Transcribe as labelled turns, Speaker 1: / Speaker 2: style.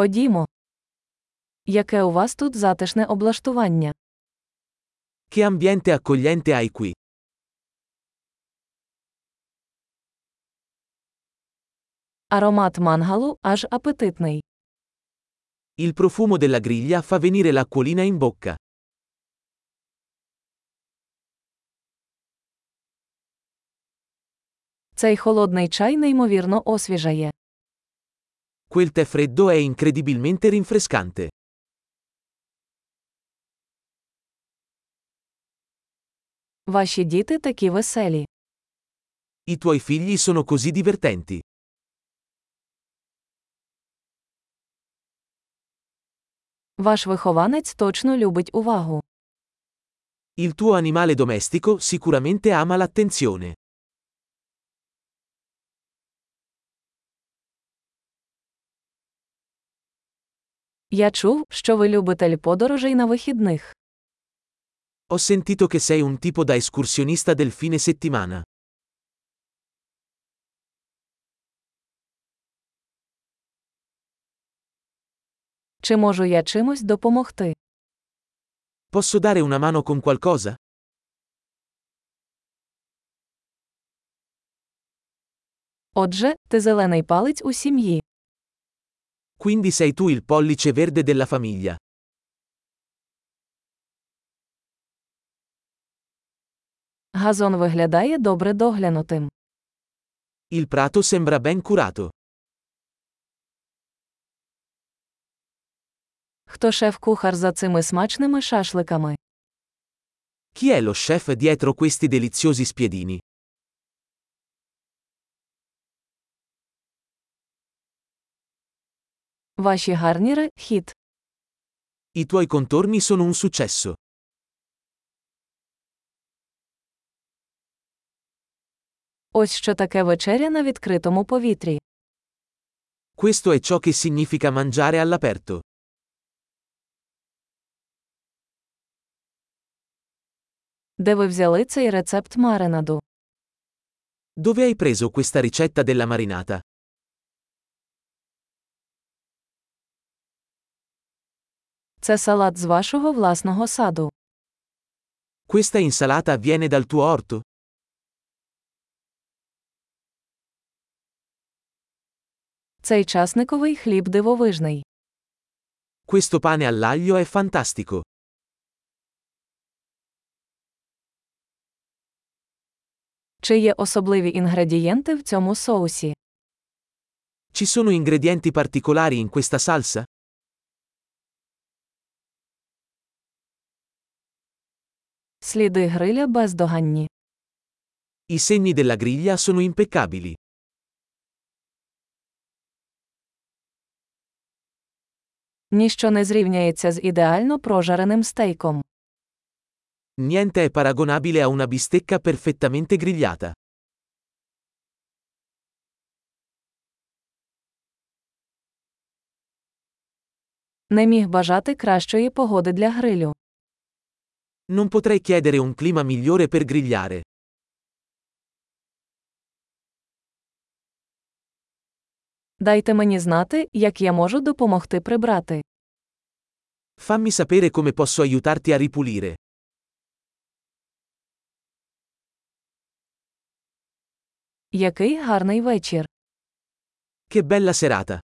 Speaker 1: Ходімо. Яке у вас тут затишне облаштування?
Speaker 2: Che ambiente accogliente hai qui?
Speaker 1: Аромат мангалу аж апетитний.
Speaker 2: Il profumo della griglia fa venire l'acquolina in bocca.
Speaker 1: Цей холодний чай неймовірно освіжає.
Speaker 2: Quel tè freddo è incredibilmente rinfrescante.
Speaker 1: Ваші діти такі веселі.
Speaker 2: I tuoi figli sono così divertenti.
Speaker 1: Ваш вихованець точно любить увагу.
Speaker 2: Il tuo animale domestico sicuramente ama l'attenzione.
Speaker 1: Я чув, що ви любитель подорожей на вихідних.
Speaker 2: Ho sentito che sei un tipo da escursionista del fine settimana.
Speaker 1: Чи можу я чимось допомогти?
Speaker 2: Posso dare una mano con qualcosa?
Speaker 1: Отже, ти зелений палець у сім'ї.
Speaker 2: Quindi sei tu il pollice verde della famiglia.
Speaker 1: Газон виглядає добре доглянутим.
Speaker 2: Il prato sembra ben curato.
Speaker 1: Хто шеф-кухар за цими смачними шашликами?
Speaker 2: Chi è lo chef dietro questi deliziosi spiedini?
Speaker 1: Ваші гарніри хіт.
Speaker 2: I tuoi contorni sono un successo.
Speaker 1: Ось що таке вечеря на відкритому повітрі.
Speaker 2: Questo è ciò che significa mangiare all'aperto.
Speaker 1: Де ви взяли цей рецепт маринаду?
Speaker 2: Dove hai preso questa ricetta della marinata?
Speaker 1: Це салат з вашого власного саду.
Speaker 2: Questa insalata viene dal tuo orto?
Speaker 1: Цей часниковий хліб дивовижний.
Speaker 2: Questo pane all'aglio è fantastico.
Speaker 1: Чи є особливі інгредієнти в цьому соусі?
Speaker 2: Ci sono ingredienti particolari in questa salsa?
Speaker 1: Сліди гриля бездоганні.
Speaker 2: I segni della griglia sono impeccabili.
Speaker 1: Ніщо не зрівняється з ідеально прожареним стейком.
Speaker 2: Niente è paragonabile a una bistecca perfettamente grigliata.
Speaker 1: Не міг бажати кращої погоди для грилю.
Speaker 2: Non potrei chiedere un clima migliore per grigliare.
Speaker 1: Дайте мені знати, як я можу допомогти прибрати.
Speaker 2: Fammi sapere come posso aiutarti a ripulire.
Speaker 1: Який гарний вечір!
Speaker 2: Che bella serata!